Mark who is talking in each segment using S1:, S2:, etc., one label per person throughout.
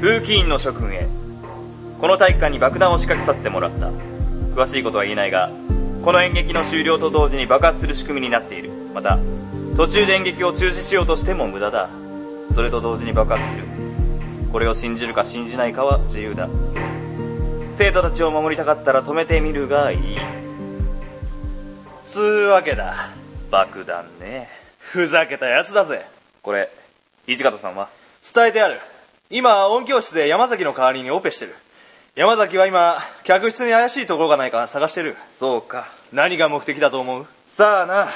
S1: 風紀委員の諸君へこの体育館に爆弾を仕掛けさせてもらった詳しいことは言えないがこの演劇の終了と同時に爆発する仕組みになっているまた途中で演劇を中止しようとしても無駄だそれと同時に爆発するこれを信じるか信じないかは自由だ生徒たちを守りたかったら止めてみるがいい
S2: つうわけだ
S1: 爆弾ね
S2: ふざけたやつだぜ
S1: これ土方さんは
S2: 伝えてある今音響室で山崎の代わりにオペしてる山崎は今客室に怪しいところがないか探してる
S1: そうか
S2: 何が目的だと思う
S1: さあな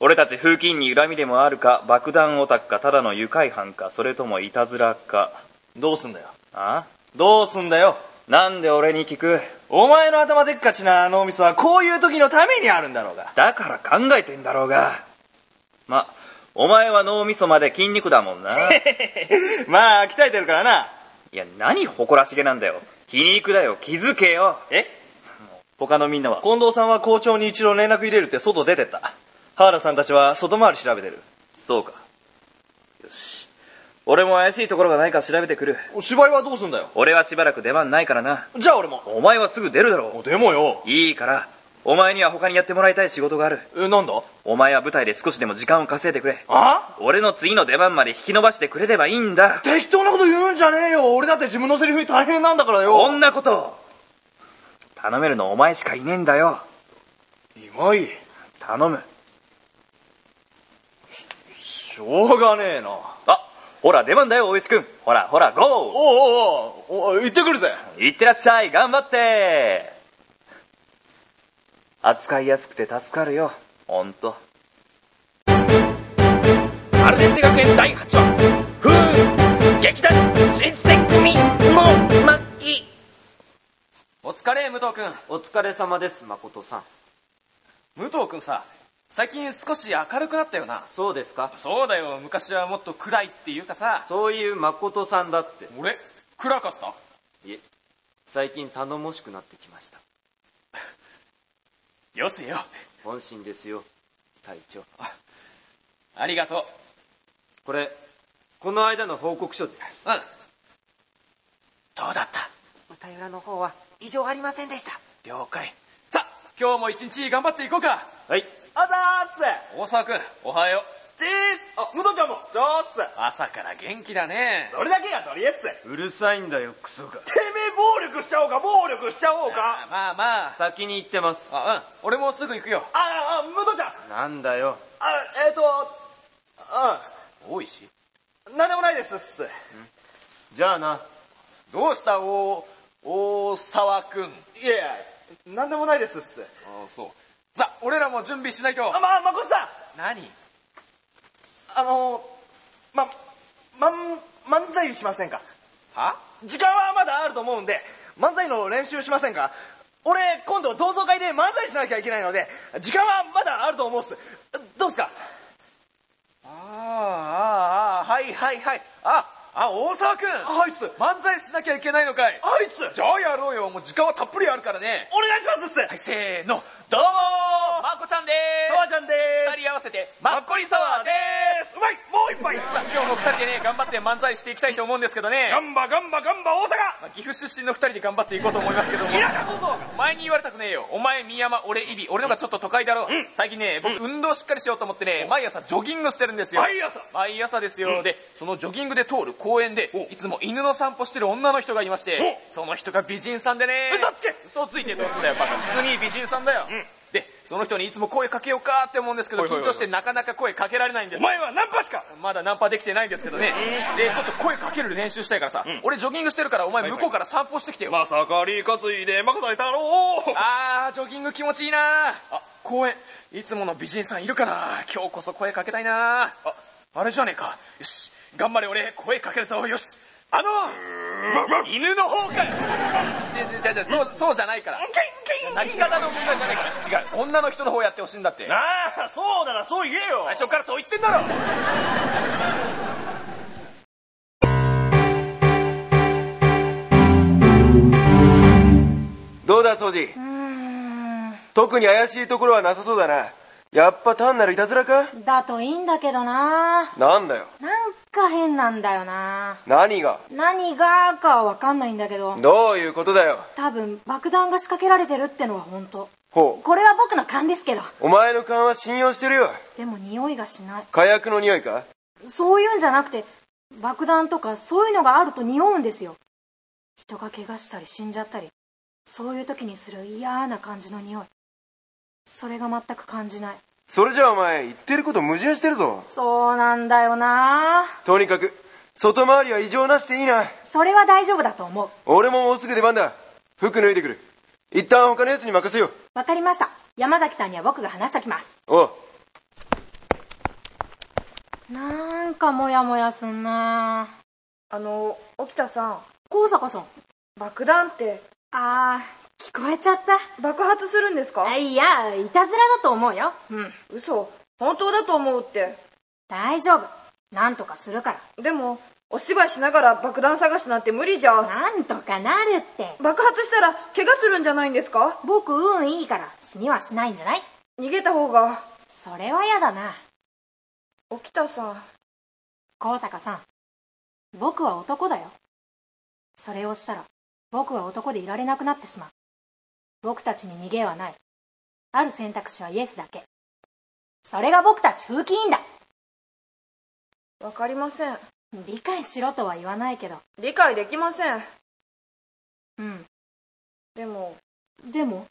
S1: 俺たち風紀委員に恨みでもあるか爆弾オタクかただの愉快犯かそれともいたずらか
S2: どうすんだよ
S1: あ
S2: どうすんだよ
S1: なんで俺に聞く
S2: お前の頭でっかちなあのお店はこういう時のためにあるんだろうが
S1: だから考えてんだろうがまお前は脳みそまで筋肉だもんな
S2: まあ鍛えてるからない
S1: や何誇らしげなんだよ皮肉だよ気づけよ
S2: え
S1: 他のみんなは
S2: 近藤さんは校長に一度連絡入れるって外出てった原さんたちは外回り調べてる
S1: そうかよし俺も怪しいところがないか調べてくる
S2: 芝居はどうすんだよ
S1: 俺はしばらく出番ないからな
S2: じゃあ俺も
S1: お前はすぐ出るだろ
S2: でもよ
S1: ういいからお前には他にやってもらいたい仕事がある
S2: えなんだ
S1: お前は舞台で少しでも時間を稼いでくれ
S2: あ
S1: 俺の次の出番まで引き延ばしてくれればいいんだ
S2: 適当なこと言うんじゃねえよ俺だって自分のセリフに大変なんだから
S1: こ
S2: よ
S1: んなこと頼めるのお前しかいねえんだよ
S2: 今井
S1: 頼む
S2: しょうがねえな
S1: あほら出番だよ大石君ほらほらゴー
S2: おうおうおうおう行ってくるぜ
S1: いってらっしゃい頑張って扱いやすくて助かるよほんと
S3: アルデンテ学園第8話「風劇団新選組の巻」お疲れ武藤君
S4: お疲れ様です、誠さん。
S3: 武藤君さ最近少し明るくなったよな
S4: そうですか
S3: そうだよ昔はもっと暗いっていうかさ
S4: そういう誠さんだって。
S3: 俺暗かった
S4: いえ、最近頼もしくなってきました。
S3: よせよ
S4: 本心ですよ、隊長。
S3: ありがと
S4: これ、この間の報告書です。
S3: ううんどうだった
S5: 舞台裏の方は異常ありませんでした
S3: 了解さあ今日も一日頑張っていこうか
S4: はい。
S2: あざーっす
S3: 大沢君おはようチーズあ武藤ちゃんも
S2: じょーっす
S3: 朝から元気だね
S2: それだけがとりえっすて
S4: うるさいんだよ、クソが。
S2: めえ暴力しちゃおうか暴力しちゃおうか
S3: まあまあ
S4: 先に行ってます。
S3: あうん俺もすぐ行くよ
S2: ああ武藤ちゃん
S4: なんだよ。
S2: あえっ、ー、と
S3: 大石
S2: うんなんでもないですっす
S4: じゃあな。
S3: どうした大大沢君
S2: いやいやなんでもないですっす
S3: あそうさあ俺らも準備しないと
S2: あまあ誠さん
S3: 何
S2: あのままん漫才しませんか
S3: は
S2: 時間はまだあると思うんで、漫才の練習しませんか俺、今度同窓会で漫才しなきゃいけないので、時間はまだあると思うっす。どうっすか
S3: あああはいはいはいああ大沢君
S2: あはいっす。
S3: 漫才しなきゃいけないのかい
S2: はいっす。
S3: じゃあやろうよもう時間はたっぷりあるからね
S2: お願いしますっす。
S3: はいせーのどうもまこちゃんで
S2: とわちゃんで
S3: ーす二人合わせてまっこりサワーでーす
S2: ーす。うまいもう一杯
S3: まあ今日も二人でね頑張って漫才していきたいと思うんですけどね
S2: ガンバガンバガンバ
S3: まあ岐阜出身の二人で頑張っていこうと思いますけども。お前に言われたくねえよ。お前、宮山、俺、イビ。俺の方がちょっと都会だろ。最近ね、僕、運動しっかりしようと思ってね、毎朝ジョギングしてるんですよ。
S2: 毎朝
S3: 毎朝ですよ。で、そのジョギングで通る公園で、いつも犬の散歩してる女の人がいまして、その人が美人さんでね。
S2: 嘘つけ
S3: 嘘ついてどうすんだよ、バカ。普通に美人さんだよ。で、その人にいつも声かけようかって思うんですけど、緊張してなかなか声かけられないんです。
S2: 前はナンパしか
S3: まだナンパできてないんですけどね。で、ちょっと声かける練習したいからさ、俺ジョギングしてるからお前向こうから散歩してきてよ。
S2: まさかり担いで誠に太郎
S3: あー、ジョギング気持ちいいなあ、公園、いつもの美人さんいるかな今日こそ声かけたいなあ、あれじゃねえか。よし、頑張れ俺、声かけるぞ。よし。あの、犬の方かよ。じゃじゃそう、そうじゃないから。鳴り方の問題じゃねえから。違う、女の人の方やってほしいんだって。
S2: ああ、そうだならそう言えよ
S3: 最初からそう言ってんだろ
S6: どうだ、ソジ。特に怪しいところはなさそうだな。やっぱ単なるいたずらか
S7: だといいんだけどな
S6: なんだよ。
S7: なんか変なんだよな
S6: 何が
S7: 何がかはわかんないんだけど
S6: どういうことだよ
S7: 多分爆弾が仕掛けられてるってのは本当
S6: ほう
S7: これは僕の勘ですけど
S6: お前の勘は信用してるよ
S7: でも匂いがしない
S6: 火薬の匂いか
S7: そういうんじゃなくて爆弾とかそういうのがあると匂うんですよ人が怪我したり死んじゃったりそういう時にする嫌な感じの匂いそれが全く感じない
S6: それじゃあお前言ってること矛盾してるぞ
S7: そうなんだよな
S6: とにかく外回りは異常なしでいいな
S7: それは大丈夫だと思う
S6: 俺ももうすぐ出番だ服脱いでくる一旦他のやつに任せよう
S7: わかりました山崎さんには僕が話しときます
S6: おう
S7: なんかモヤモヤすんな
S8: あの沖田さん
S7: 高坂さん
S8: 爆弾って
S7: あー聞こえちゃった
S8: 爆発するんですか
S7: あいやいたずらだと思うようん
S8: 嘘本当だと思うって
S7: 大丈夫なんとかするから
S8: でもお芝居しながら爆弾探しなんて無理じゃ
S7: なんとかなるって
S8: 爆発したら怪我するんじゃないんですか
S7: 僕運いいから死にはしないんじゃない
S8: 逃げた方が
S7: それは嫌だな
S8: 沖田さん
S7: 高坂さん僕は男だよそれをしたら僕は男でいられなくなってしまう僕たちに逃げはないある選択肢はイエスだけそれが僕たち風紀委員だ
S8: わかりません
S7: 理解しろとは言わないけど
S8: 理解できません
S7: うん
S8: でも
S7: でも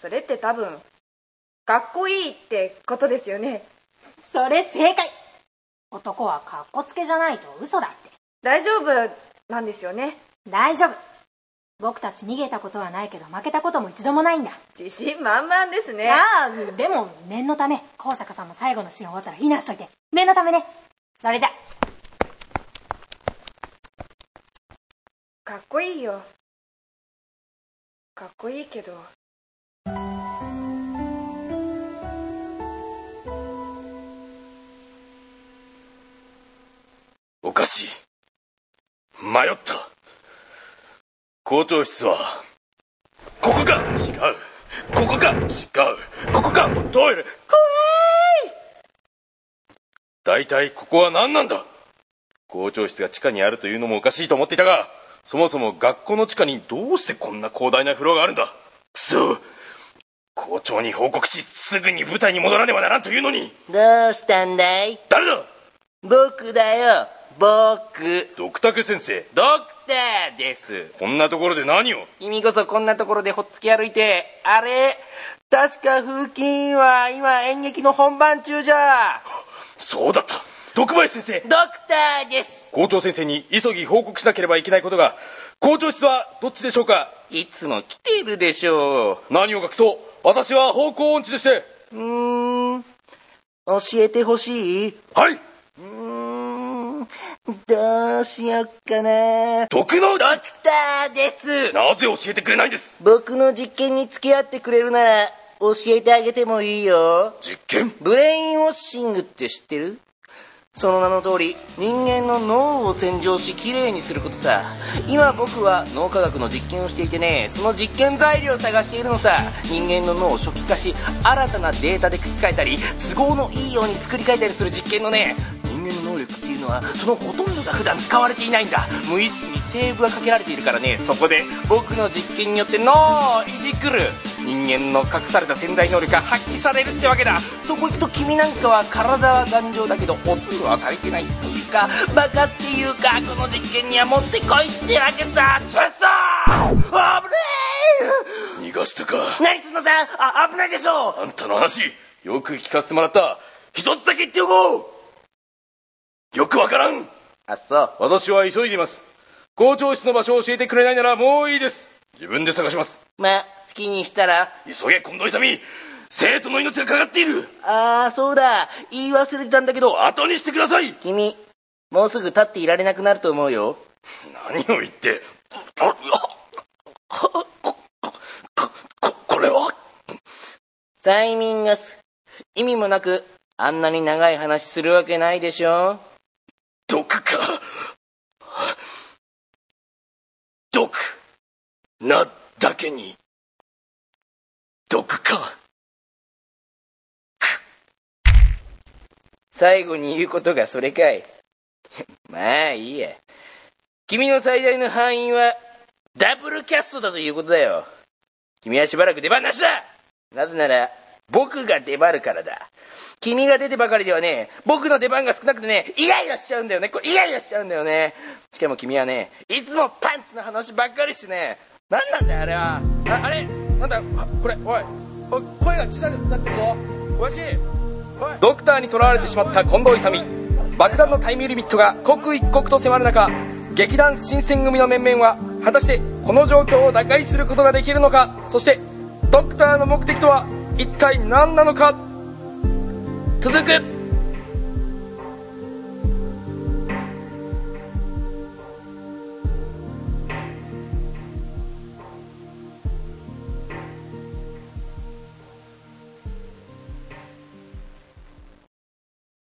S8: それって多分かっこいいってことですよね
S7: それ正解男はかっこつけじゃないと嘘だって
S8: 大丈夫なんですよね
S7: 大丈夫僕たち逃げたことはないけど負けたことも一度もないんだ
S8: 自信満々ですね
S7: ああでも念のため高坂さんも最後のシーン終わったら避難しといて念のためねそれじゃ
S8: かっこいいよかっこいいけど
S2: おかしい迷った校長室はここか違うここか違うここかトイレ怖い大体ここは何なんだ校長室が地下にあるというのもおかしいと思っていたがそもそも学校の地下にどうしてこんな広大な風呂があるんだくそ校長に報告しすぐに舞台に戻らねばならんというのに
S9: どうしたんだい
S2: 誰だ
S9: 僕だよ僕
S2: ドクタケ先生
S9: ドクターです
S2: こんなところで何を
S9: 君こそこんなところでほっつき歩いてあれ確か風紀委員は今演劇の本番中じゃ
S2: そうだった徳林先
S9: ドクターです
S2: 生校長先生に急ぎ報告しなければいけないことが校長室はどっちでしょうか
S9: いつも来てるでしょ
S2: 何を隠そう私は方向音痴でして
S9: ううーん教えてほしい
S2: はいう
S9: ーんどうしよっかなド
S2: 徳の
S9: クターです
S2: なぜ教えてくれないんです
S9: 僕の実験に付き合ってくれるなら教えてあげてもいいよ
S2: 実験
S9: ブレインウォッシングって知ってるその名の通り人間の脳を洗浄しきれいにすることさ今僕は脳科学の実験をしていてねその実験材料を探しているのさ人間の脳を初期化し新たなデータで書き換えたり都合のいいように作り変えたりする実験のね人間の能力っていうのはそのほとんどが普段使われていないんだ無意識にセーブがかけられているからねそこで僕の実験によって脳をいじくる人間の隠された潜在能力が発揮されるってわけだそこ行くと君なんかは体は頑丈だけどおつむは足りてないっていうかバカっていうかこの実験にはもってこいってわけさちょっさー危ね
S2: 逃がしたか
S9: え何すんのさあ危ないでしょ
S2: あんたの話よく聞かせてもらった一つだけ言っておこうよくわからん
S9: あそう
S2: 私は急いでいます校長室の場所を教えてくれないならもういいです自分で探します
S9: まあ好きにしたら
S2: 急げ近藤勇生徒の命がかかっている
S9: ああそうだ言い忘れてたんだけど
S2: 後にしてください
S9: 君もうすぐ立っていられなくなると思うよ
S2: 何を言ってあっここここれは
S9: 催眠ガス意味もなくあんなに長い話するわけないでしょ
S2: 毒か毒なだけに毒か
S9: さ
S1: 最後に言うことがそれかい まあいいや君の最大の敗因はダブルキャストだということだよ君はしばらく出番なしだなぜなら僕が出張るからだ君が出てばかりではね僕の出番が少なくてねイライラしちゃうんだよねこれイライラしちゃうんだよねしかも君はねいつもパンツの話ばっかりしてね何なんだよあれはああれなんだあこれおいおい声が小さくなってるぞ詳しい
S3: ドクターにとらわれてしまった近藤勇爆弾のタイムリミットが刻一刻と迫る中劇団新選組の面々は果たしてこの状況を打開することができるのかそしてドクターの目的とは一体何なのか
S1: 続く